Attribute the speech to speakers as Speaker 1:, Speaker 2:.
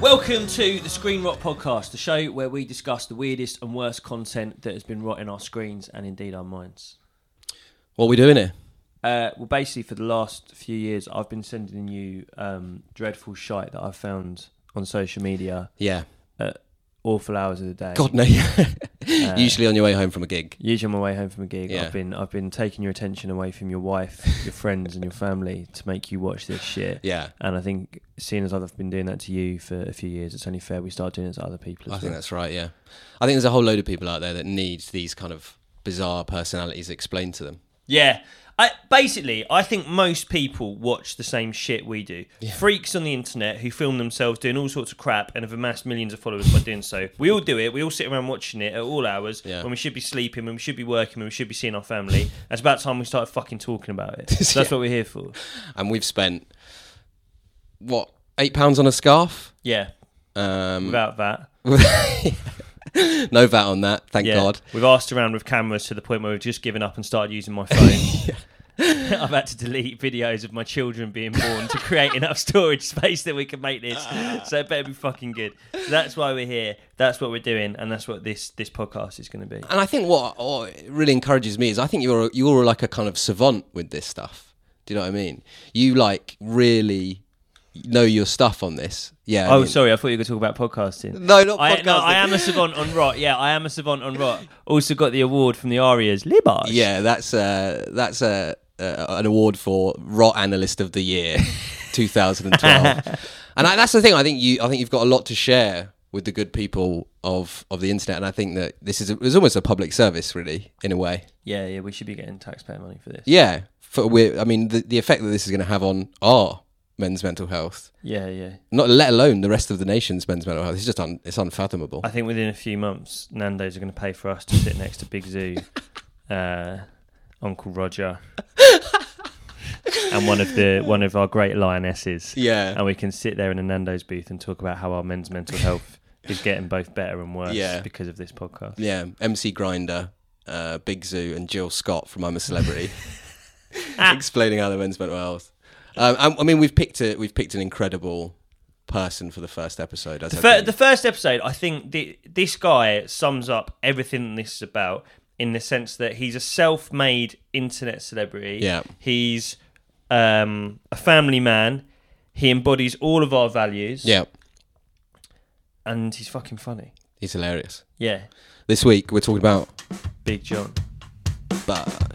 Speaker 1: Welcome to the Screen Rot Podcast, the show where we discuss the weirdest and worst content that has been rotting our screens and indeed our minds.
Speaker 2: What are we doing here?
Speaker 1: Uh, well, basically, for the last few years, I've been sending you um, dreadful shite that I've found on social media
Speaker 2: Yeah.
Speaker 1: at awful hours of the day.
Speaker 2: God no.
Speaker 1: Uh,
Speaker 2: Usually on your way home from a gig.
Speaker 1: Usually, on my way home from a gig,
Speaker 2: Yeah.
Speaker 1: I've been I've been taking your attention away from your wife, your friends, and your family to make you watch this shit.
Speaker 2: Yeah.
Speaker 1: And I think, seeing as I've been doing that to you for a few years, it's only fair we start doing it to other people.
Speaker 2: I
Speaker 1: As
Speaker 2: think
Speaker 1: well.
Speaker 2: that's right, yeah. I think there's a whole load of people out there that need these kind of bizarre personalities explained to them.
Speaker 1: Yeah. I, basically, I think most people watch the same shit we do. Freaks on the internet who film themselves doing all sorts of crap and have amassed millions of followers by doing so. We all do it. We all sit around watching it at all hours
Speaker 2: Yeah.
Speaker 1: when we should be sleeping, when we should be working, when we should be seeing our family. it's about time we started fucking talking about it. So that's what we're here for.
Speaker 2: And we've spent what, eight pounds on a scarf?
Speaker 1: Yeah.
Speaker 2: Um
Speaker 1: Without that.
Speaker 2: no VAT on that, thank
Speaker 1: Yeah.
Speaker 2: God.
Speaker 1: We've asked around with cameras to the point where we've just given up and started using my phone. I've had to delete videos of my children being born to create enough storage space that we can make this. So it better be fucking good. So that's why we're here. That's what we're doing, and that's what this this podcast is going to be.
Speaker 2: And I think what, what really encourages me is I think you're you're like a kind of savant with this stuff. Do you know what I mean? You like really know your stuff on this. Yeah. I
Speaker 1: Oh,
Speaker 2: mean-
Speaker 1: sorry, I thought you were going to talk about podcasting.
Speaker 2: No, not
Speaker 1: I, no,
Speaker 2: podcasting.
Speaker 1: I am a savant on rot. Yeah, I am a savant on rot. Also got the award from the Arias Libars.
Speaker 2: Yeah, that's uh, that's uh, uh, an award for Rot Analyst of the Year, 2012. and I, that's the thing. I think you, I think you've got a lot to share with the good people of of the internet. And I think that this is a, it's almost a public service, really, in a way.
Speaker 1: yeah, yeah. We should be getting taxpayer money for this.
Speaker 2: Yeah. For we, I mean, the, the effect that this is going to have on our men's mental health,
Speaker 1: Yeah, yeah.
Speaker 2: not let alone the rest of the nation's men's mental health, it's just un, it's unfathomable.
Speaker 1: I think within a few months, Nando's are going to pay for us to sit next to Big Zoo, uh, Uncle Roger, and one of the one of our great lionesses,
Speaker 2: yeah.
Speaker 1: and we can sit there in a Nando's booth and talk about how our men's mental health is getting both better and worse
Speaker 2: Yeah.
Speaker 1: because of this podcast.
Speaker 2: Yeah. MC Grinder, uh, Big Zoo, and Jill Scott from I'm a Celebrity. explaining how the men's mental health. Um, I, I mean, we've picked a we've picked an incredible person for the first episode. as I
Speaker 1: Fir-
Speaker 2: think.
Speaker 1: the first episode, I think the, this guy sums up everything this is about in the sense that he's a self-made internet celebrity.
Speaker 2: Yeah.
Speaker 1: he's um, a family man. He embodies all of our values,
Speaker 2: yeah,
Speaker 1: and he's fucking funny.
Speaker 2: he's hilarious.
Speaker 1: Yeah,
Speaker 2: This week we're talking about
Speaker 1: Big John.
Speaker 2: but